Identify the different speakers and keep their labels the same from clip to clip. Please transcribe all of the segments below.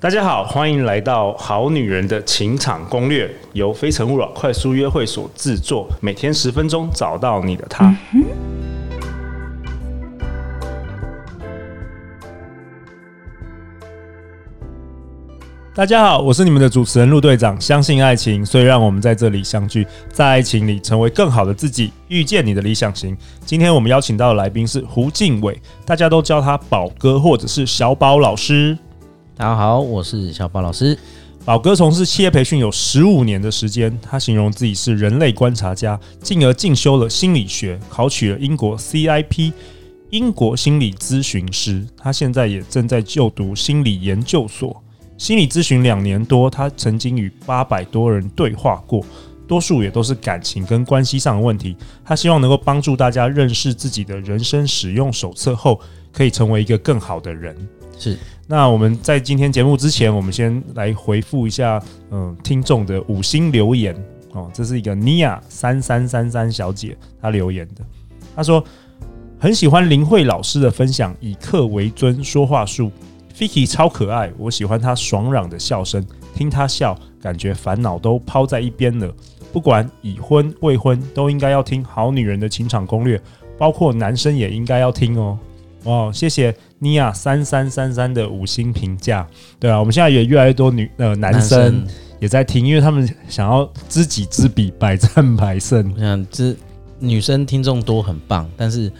Speaker 1: 大家好，欢迎来到《好女人的情场攻略》，由非诚勿扰快速约会所制作，每天十分钟，找到你的他。大家好，我是你们的主持人陆队长。相信爱情，所以让我们在这里相聚，在爱情里成为更好的自己，遇见你的理想型。今天我们邀请到的来宾是胡敬伟，大家都叫他宝哥或者是小宝老师。
Speaker 2: 大家好，我是小宝老师。
Speaker 1: 宝哥从事企业培训有十五年的时间，他形容自己是人类观察家，进而进修了心理学，考取了英国 CIP 英国心理咨询师。他现在也正在就读心理研究所，心理咨询两年多，他曾经与八百多人对话过。多数也都是感情跟关系上的问题。他希望能够帮助大家认识自己的人生使用手册后，可以成为一个更好的人。
Speaker 2: 是，
Speaker 1: 那我们在今天节目之前，我们先来回复一下，嗯，听众的五星留言哦。这是一个尼亚三三三三小姐她留言的，她说很喜欢林慧老师的分享，以客为尊说话术。Fiki 超可爱，我喜欢她爽朗的笑声，听她笑，感觉烦恼都抛在一边了。不管已婚未婚，都应该要听《好女人的情场攻略》，包括男生也应该要听哦。哦，谢谢妮亚三三三三的五星评价。对啊，我们现在也越来越多女呃男生也在听，因为他们想要知己知彼，百战百胜。
Speaker 2: 我想这女生听众多很棒，但是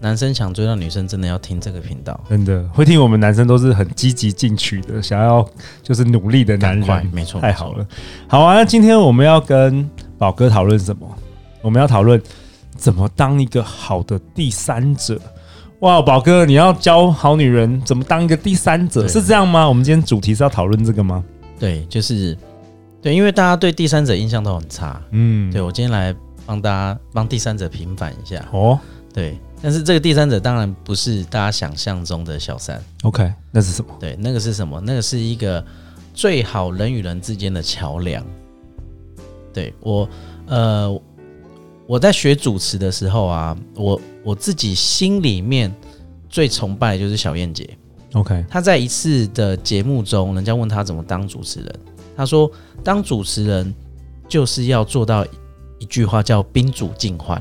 Speaker 2: 男生想追到女生，真的要听这个频道。
Speaker 1: 真的会听我们男生都是很积极进取的，想要就是努力的男
Speaker 2: 赶快
Speaker 1: 人，
Speaker 2: 没错
Speaker 1: 太好了。好啊，那今天我们要跟宝哥讨论什么？我们要讨论怎么当一个好的第三者。哇，宝哥，你要教好女人怎么当一个第三者，
Speaker 2: 对
Speaker 1: 是这样吗？我们今天主题是要讨论这个吗？
Speaker 2: 对，就是对，因为大家对第三者印象都很差。
Speaker 1: 嗯，
Speaker 2: 对我今天来帮大家帮第三者平反一下。
Speaker 1: 哦
Speaker 2: 对，但是这个第三者当然不是大家想象中的小三。
Speaker 1: ，OK，那是什么？
Speaker 2: 对，那个是什么？那个是一个最好人与人之间的桥梁。对我，呃，我在学主持的时候啊，我我自己心里面最崇拜的就是小燕姐。
Speaker 1: OK，
Speaker 2: 她在一次的节目中，人家问她怎么当主持人，她说当主持人就是要做到一句话叫宾主尽欢。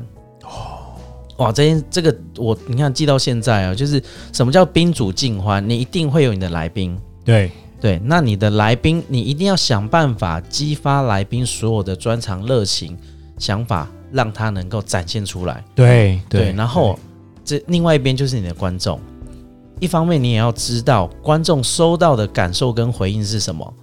Speaker 2: 哇，这件这个我你看记到现在啊，就是什么叫宾主尽欢？你一定会有你的来宾，
Speaker 1: 对，
Speaker 2: 对，那你的来宾，你一定要想办法激发来宾所有的专长、热情、想法，让他能够展现出来。
Speaker 1: 对，
Speaker 2: 然后这另外一边就是你的观众，一方面你也要知道观众收到的感受跟回应是什么，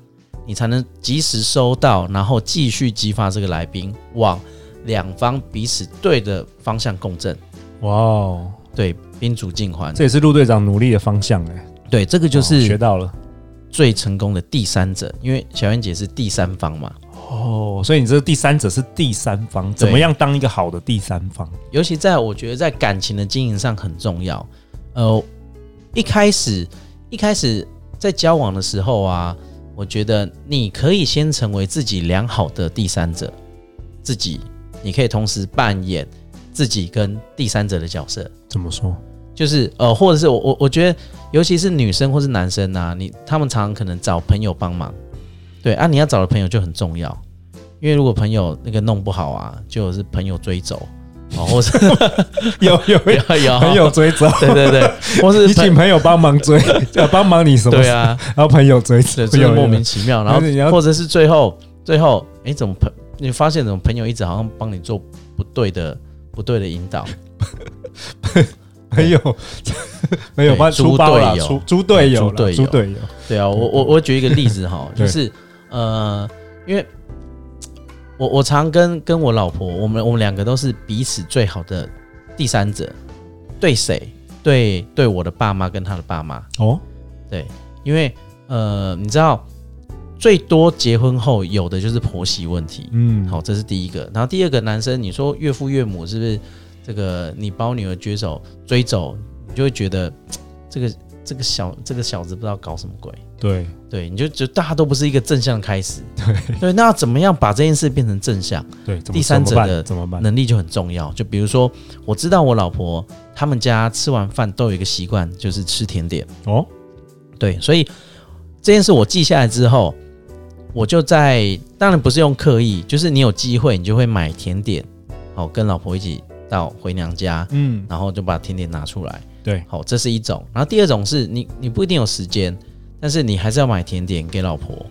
Speaker 2: 你才能及时收到，然后继续激发这个来宾往两方彼此对的方向共振，
Speaker 1: 哇哦，
Speaker 2: 对，宾主尽欢。
Speaker 1: 这也是陆队长努力的方向哎、
Speaker 2: 对，这个就
Speaker 1: 哦学
Speaker 2: 是
Speaker 1: 到了
Speaker 2: 最成功的第三者，因为小燕姐是第三方嘛。
Speaker 1: 哦。所以你这个第三者是第三方，怎么样当一个好的第三方？
Speaker 2: 尤其在我觉得在感情的经营上很重要。呃，一开始一开始在交往的时候啊，我觉得你可以先成为自己良好的第三者，自己你可以同时扮演自己跟第三者的角色，
Speaker 1: 怎么说？
Speaker 2: 就是呃，或者是我我我觉得，尤其是女生或是男生啊，你他们常常可能找朋友帮忙，对啊，你要找的朋友就很重要，因为如果朋友那个弄不好啊，就是朋友追走。哦，或是
Speaker 1: 有有
Speaker 2: 有 有
Speaker 1: 朋友追 责，
Speaker 2: 对 对对，或是
Speaker 1: 你
Speaker 2: 朋
Speaker 1: 请朋友帮忙追，要帮忙你什么？
Speaker 2: 对，啊，
Speaker 1: 然后朋友追责
Speaker 2: 对，，真
Speaker 1: 有
Speaker 2: 的
Speaker 1: 有
Speaker 2: 莫名其妙。然后
Speaker 1: 但是你要
Speaker 2: 或者是最后最后，哎，怎么朋你发现怎么朋友一直好像帮你做不对的不对的引导？
Speaker 1: 朋友 没有
Speaker 2: 对
Speaker 1: 帮
Speaker 2: 猪
Speaker 1: 出包了，
Speaker 2: 队友
Speaker 1: 出猪队友啦
Speaker 2: 猪队友
Speaker 1: 猪队友，
Speaker 2: 对啊，我我我举一个例子哈，
Speaker 1: 对
Speaker 2: 就是呃，因为我我常跟跟我老婆，我们我们两个都是彼此最好的第三者，对谁？对对，我的爸妈跟他的爸妈，
Speaker 1: 哦，
Speaker 2: 对，因为呃，你知道最多结婚后有的就是婆媳问题，
Speaker 1: 嗯，
Speaker 2: 好，这是第一个。然后第二个，男生你说岳父岳母是不是这个你把我女儿追走追走，你就会觉得嘖这个这个小这个小子不知道搞什么鬼，
Speaker 1: 对，
Speaker 2: 对，你就觉得大家都不是一个正向的开始，对对。那要怎么样把这件事变成正向？
Speaker 1: 对，怎么
Speaker 2: 第三者的
Speaker 1: 怎么办？怎么办
Speaker 2: 能力就很重要。就比如说，我知道我老婆他们家吃完饭都有一个习惯，就是吃甜点，
Speaker 1: 哦，
Speaker 2: 对，所以这件事我记下来之后，我就在当然不是用刻意，就是你有机会你就会买甜点，好跟老婆一起到回娘家，
Speaker 1: 嗯，
Speaker 2: 然后就把甜点拿出来。
Speaker 1: 对，
Speaker 2: 好，这是一种。然后第二种是你你不一定有时间，但是你还是要买甜点给老婆，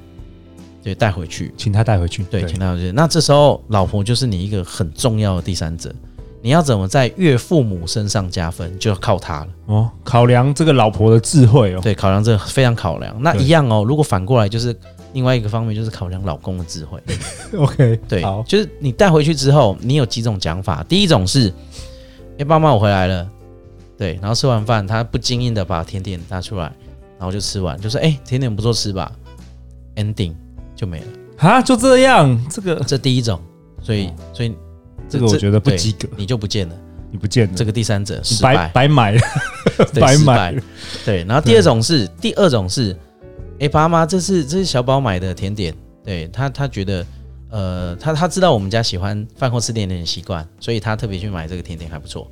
Speaker 2: 对，带回去。
Speaker 1: 请他带回去。
Speaker 2: 对，请带回去。那这时候老婆就是你一个很重要的第三者，你要怎么在岳父母身上加分，就要靠他了。
Speaker 1: 哦，考量这个老婆的智慧哦。
Speaker 2: 对，考量这个非常考量。那
Speaker 1: 对
Speaker 2: 一样哦，如果反过来就是另外一个方面，就是考量老公的智慧。
Speaker 1: OK，嗯
Speaker 2: 对
Speaker 1: 好，，
Speaker 2: 就是你带回去之后，你有几种讲法。第一种是，哎、爸妈，我回来了。对，然后吃完饭，他不经意的把甜点拿出来，然后就吃完，就说：“哎、甜点不错吃吧？”Ending 就没了。
Speaker 1: 哈，就这样，这个
Speaker 2: 这第一种，所以所以
Speaker 1: 哦这个我觉得不及格，
Speaker 2: 你就不见了。
Speaker 1: 你不见了，
Speaker 2: 这个第三者
Speaker 1: 你
Speaker 2: 失
Speaker 1: 白
Speaker 2: 败，
Speaker 1: 白买了，
Speaker 2: 对
Speaker 1: 白
Speaker 2: 失
Speaker 1: 买
Speaker 2: 败。对，然后第二种是，第二种是，哎、爸妈，这是这是小宝买的甜点，对他他觉得，呃，他他知道我们家喜欢饭后吃甜点的习惯，所以他特别去买这个甜点还不错。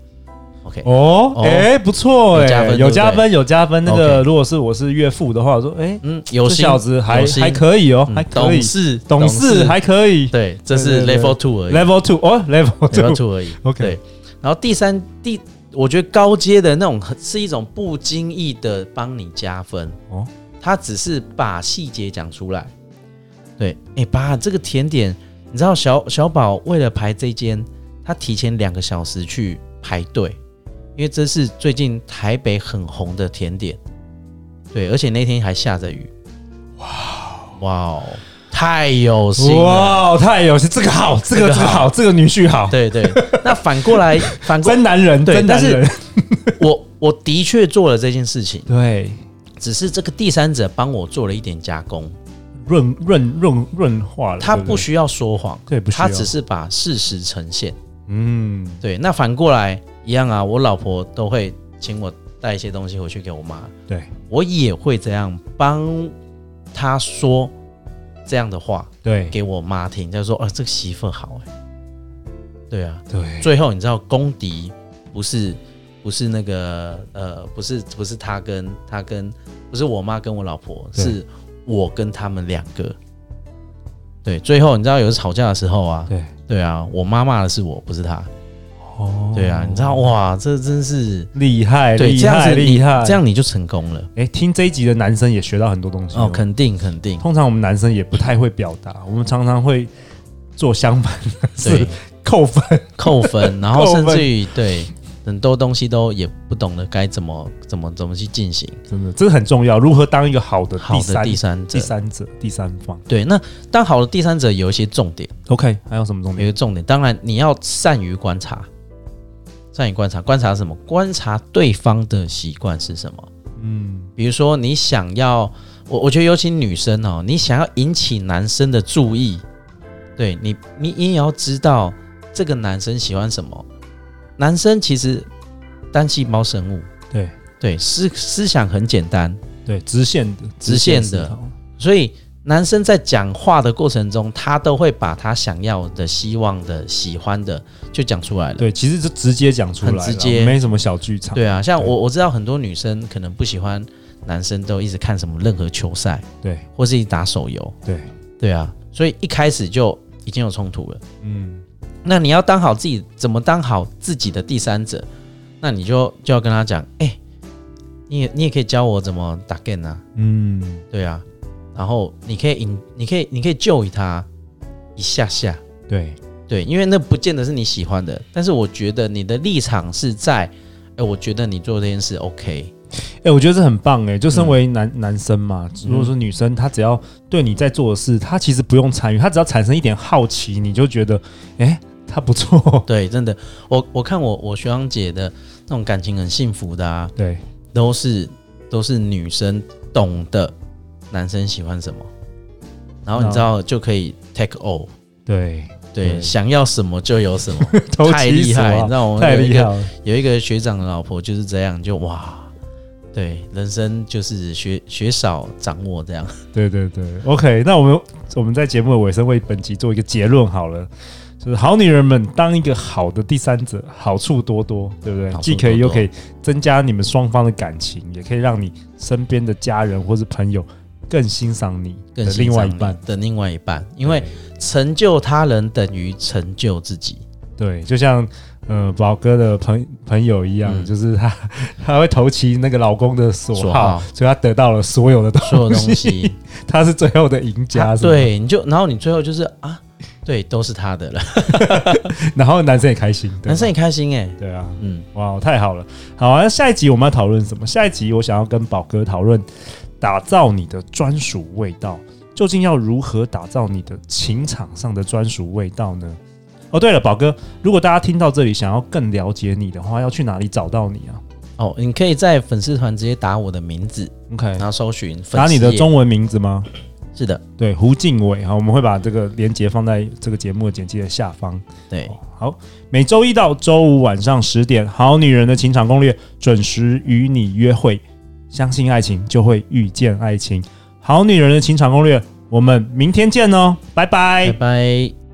Speaker 2: OK，、
Speaker 1: 哦，
Speaker 2: 哦
Speaker 1: 哎，不错
Speaker 2: 有加
Speaker 1: 哎，
Speaker 2: 分
Speaker 1: 有
Speaker 2: 对不
Speaker 1: 加
Speaker 2: 对
Speaker 1: 分，有加分。那个
Speaker 2: OK
Speaker 1: 如果是我是岳父的话，我说，哎，
Speaker 2: 嗯，有
Speaker 1: 这
Speaker 2: 心
Speaker 1: 小子还
Speaker 2: 有心
Speaker 1: 还可以哦，
Speaker 2: 嗯
Speaker 1: 还可以
Speaker 2: 懂，事
Speaker 1: 懂事还可以
Speaker 2: 对，这是
Speaker 1: 对对对
Speaker 2: Level Two 而已
Speaker 1: ，Level Two 哦，Level
Speaker 2: ，Level
Speaker 1: Two，
Speaker 2: Two 而已。
Speaker 1: OK
Speaker 2: 对，然后第三第，我觉得高阶的那种是一种不经意的帮你加分
Speaker 1: 哦
Speaker 2: 哦，他只是把细节讲出来。对，哎、爸，这个甜点，你知道小小宝为了排这间，他提前两个小时去排队，因为这是最近台北很红的甜点。对，而且那天还下着雨。哇哇哦，太有心了。
Speaker 1: 哇，太有趣，这个好，这个
Speaker 2: 这个
Speaker 1: 这个好，这个女婿好，
Speaker 2: 对对，那反过来，反过来
Speaker 1: 真男人，
Speaker 2: 对
Speaker 1: 真男人，
Speaker 2: 我我的确做了这件事情，
Speaker 1: 对，
Speaker 2: 只是这个第三者帮我做了一点加工，
Speaker 1: 润润润润化了，
Speaker 2: 他
Speaker 1: 对不
Speaker 2: 不
Speaker 1: 对
Speaker 2: 需要说谎，
Speaker 1: 对不需要
Speaker 2: 他只是把事实呈现。
Speaker 1: 嗯，
Speaker 2: 对，那反过来一样啊，我老婆都会请我带一些东西回去给我妈，
Speaker 1: 对
Speaker 2: 我也会这样帮她说这样的话
Speaker 1: 对
Speaker 2: 给我妈听，就说啊，这个媳妇好哎、对啊，
Speaker 1: 对，
Speaker 2: 最后你知道公敌不是不是那个呃不是不是他跟他跟不是我妈跟我老婆，
Speaker 1: 对
Speaker 2: 是我跟他们两个。对，最后你知道有一次吵架的时候啊，
Speaker 1: 对
Speaker 2: 对啊，我妈骂的是我，不是他。
Speaker 1: 哦
Speaker 2: 对啊，你知道哇，这真是
Speaker 1: 厉害，
Speaker 2: 对
Speaker 1: 厉
Speaker 2: 这样
Speaker 1: 害，
Speaker 2: 子你
Speaker 1: 厉害。
Speaker 2: 这，样你就成功了
Speaker 1: 哎，听这一集的男生也学到很多东西
Speaker 2: 哦，肯定肯定，
Speaker 1: 通常我们男生也不太会表达，我们常常会做相反的
Speaker 2: 对
Speaker 1: 事，， 扣分。
Speaker 2: 扣分，然
Speaker 1: 扣
Speaker 2: 后
Speaker 1: 分
Speaker 2: 甚至于对很多东西都也不懂得该怎么怎么怎么去进行
Speaker 1: 真的，这个很重要。如何当一个好的
Speaker 2: 好
Speaker 1: 第
Speaker 2: 的
Speaker 1: 三
Speaker 2: 第三者
Speaker 1: 第。三者、第三方
Speaker 2: 对，那当好的第三者有一些重点，
Speaker 1: ？OK，还有什么重
Speaker 2: 有一
Speaker 1: 点？
Speaker 2: 个重点，当然你要善于观察，善于观察，观察什么？观察对方的习惯是什么？
Speaker 1: 嗯，
Speaker 2: 比如说你想要，我我觉得尤其女生哦，你想要引起男生的注意，对你，你也要知道这个男生喜欢什么。男生其实单细胞生物，
Speaker 1: 对
Speaker 2: 对思思想很简单，
Speaker 1: 对，直线的，
Speaker 2: 直线的
Speaker 1: 思考
Speaker 2: 所以男生在讲话的过程中，他都会把他想要的、希望的、喜欢的就讲出来了。
Speaker 1: 对，其实就直接讲出来了，
Speaker 2: 很直接
Speaker 1: 没什么小剧场。
Speaker 2: 对啊，像
Speaker 1: 对
Speaker 2: 我我知道很多女生可能不喜欢男生都一直看什么任何球赛，
Speaker 1: 对
Speaker 2: 或是一直打手游，
Speaker 1: 对，
Speaker 2: 对啊，所以一开始就已经有冲突了。
Speaker 1: 嗯，
Speaker 2: 那你要当好自己，怎么当好自己的第三者？那你就就要跟他讲，哎、你也你也可以教我怎么打 game 啊，
Speaker 1: 嗯，
Speaker 2: 对啊，然后你可以引，你可以你可以救他一下下，
Speaker 1: 对
Speaker 2: 对，因为那不见得是你喜欢的，但是我觉得你的立场是在，哎、我觉得你做这件事 OK，
Speaker 1: 哎、我觉得这很棒哎、就身
Speaker 2: 嗯
Speaker 1: 为男、男生嘛，如果说女生，她只要对你在做的事，她其实不用参与，她只要产生一点好奇，你就觉得，哎、她不 错，
Speaker 2: 对，真的，我我看我我学长姐的那种感情很幸福的啊，
Speaker 1: 对，
Speaker 2: 都是都是女生懂得男生喜欢什么，然后你知道就可以 take all，
Speaker 1: 对，
Speaker 2: 对，
Speaker 1: 哦对
Speaker 2: 想要什么就有 什么，
Speaker 1: 投
Speaker 2: 太
Speaker 1: 其
Speaker 2: 厉
Speaker 1: 所
Speaker 2: 害，
Speaker 1: 好
Speaker 2: 你知道我们
Speaker 1: 啊太
Speaker 2: 有一
Speaker 1: 厉
Speaker 2: 个
Speaker 1: 害了，
Speaker 2: 有一个学长的老婆就是这样，就哇，对，人生就是学学少掌握这样。
Speaker 1: 对对对，OK，那我们我们在节目的尾声为本集做一个结论好了。就是好女人们，当一个好的第三者，好处多多，对不对？
Speaker 2: 好处
Speaker 1: 既可以
Speaker 2: 多多
Speaker 1: 又可以增加你们双方的感情，也可以让你身边的家人或是朋友更欣赏你的
Speaker 2: 更欣赏
Speaker 1: 另外一
Speaker 2: 你
Speaker 1: 半，
Speaker 2: 的另外一半，因为成就他人等于成就自己。
Speaker 1: 对，就像呃宝哥的朋朋友一样，
Speaker 2: 嗯
Speaker 1: 就是他 他会投其那个老公的所好，
Speaker 2: 所好
Speaker 1: 所以他得到了所有的东西，
Speaker 2: 所有东 西，
Speaker 1: 他是最后的赢家，
Speaker 2: 啊
Speaker 1: 是吗，
Speaker 2: 对，你就然后你最后就是啊，对，都是他的了，
Speaker 1: 然后男生也开心，对吧
Speaker 2: 男生也开心哎、
Speaker 1: 对啊，
Speaker 2: 嗯，
Speaker 1: 哇，太好了，好啊，那下一集我们要讨论什么？下一集我想要跟宝哥讨论，打造你的专属味道，究竟要如何打造你的情场上的专属味道呢？哦，对了，宝哥，如果大家听到这里想要更了解你的话，要去哪里找到你啊
Speaker 2: 哦，你可以在粉丝团直接打我的名字，
Speaker 1: ？OK，
Speaker 2: 然后搜寻粉丝
Speaker 1: 打你的
Speaker 2: 页
Speaker 1: 中文名字吗？
Speaker 2: 是的，
Speaker 1: 对，胡敬伟好，我们会把这个连接放在这个节目的简介的下方。
Speaker 2: 对，
Speaker 1: 好，每周一到周五晚上十点，《好女人的情场攻略》准时与你约会。相信爱情，就会遇见爱情。《好女人的情场攻略》，我们明天见哦，拜拜
Speaker 2: 拜拜。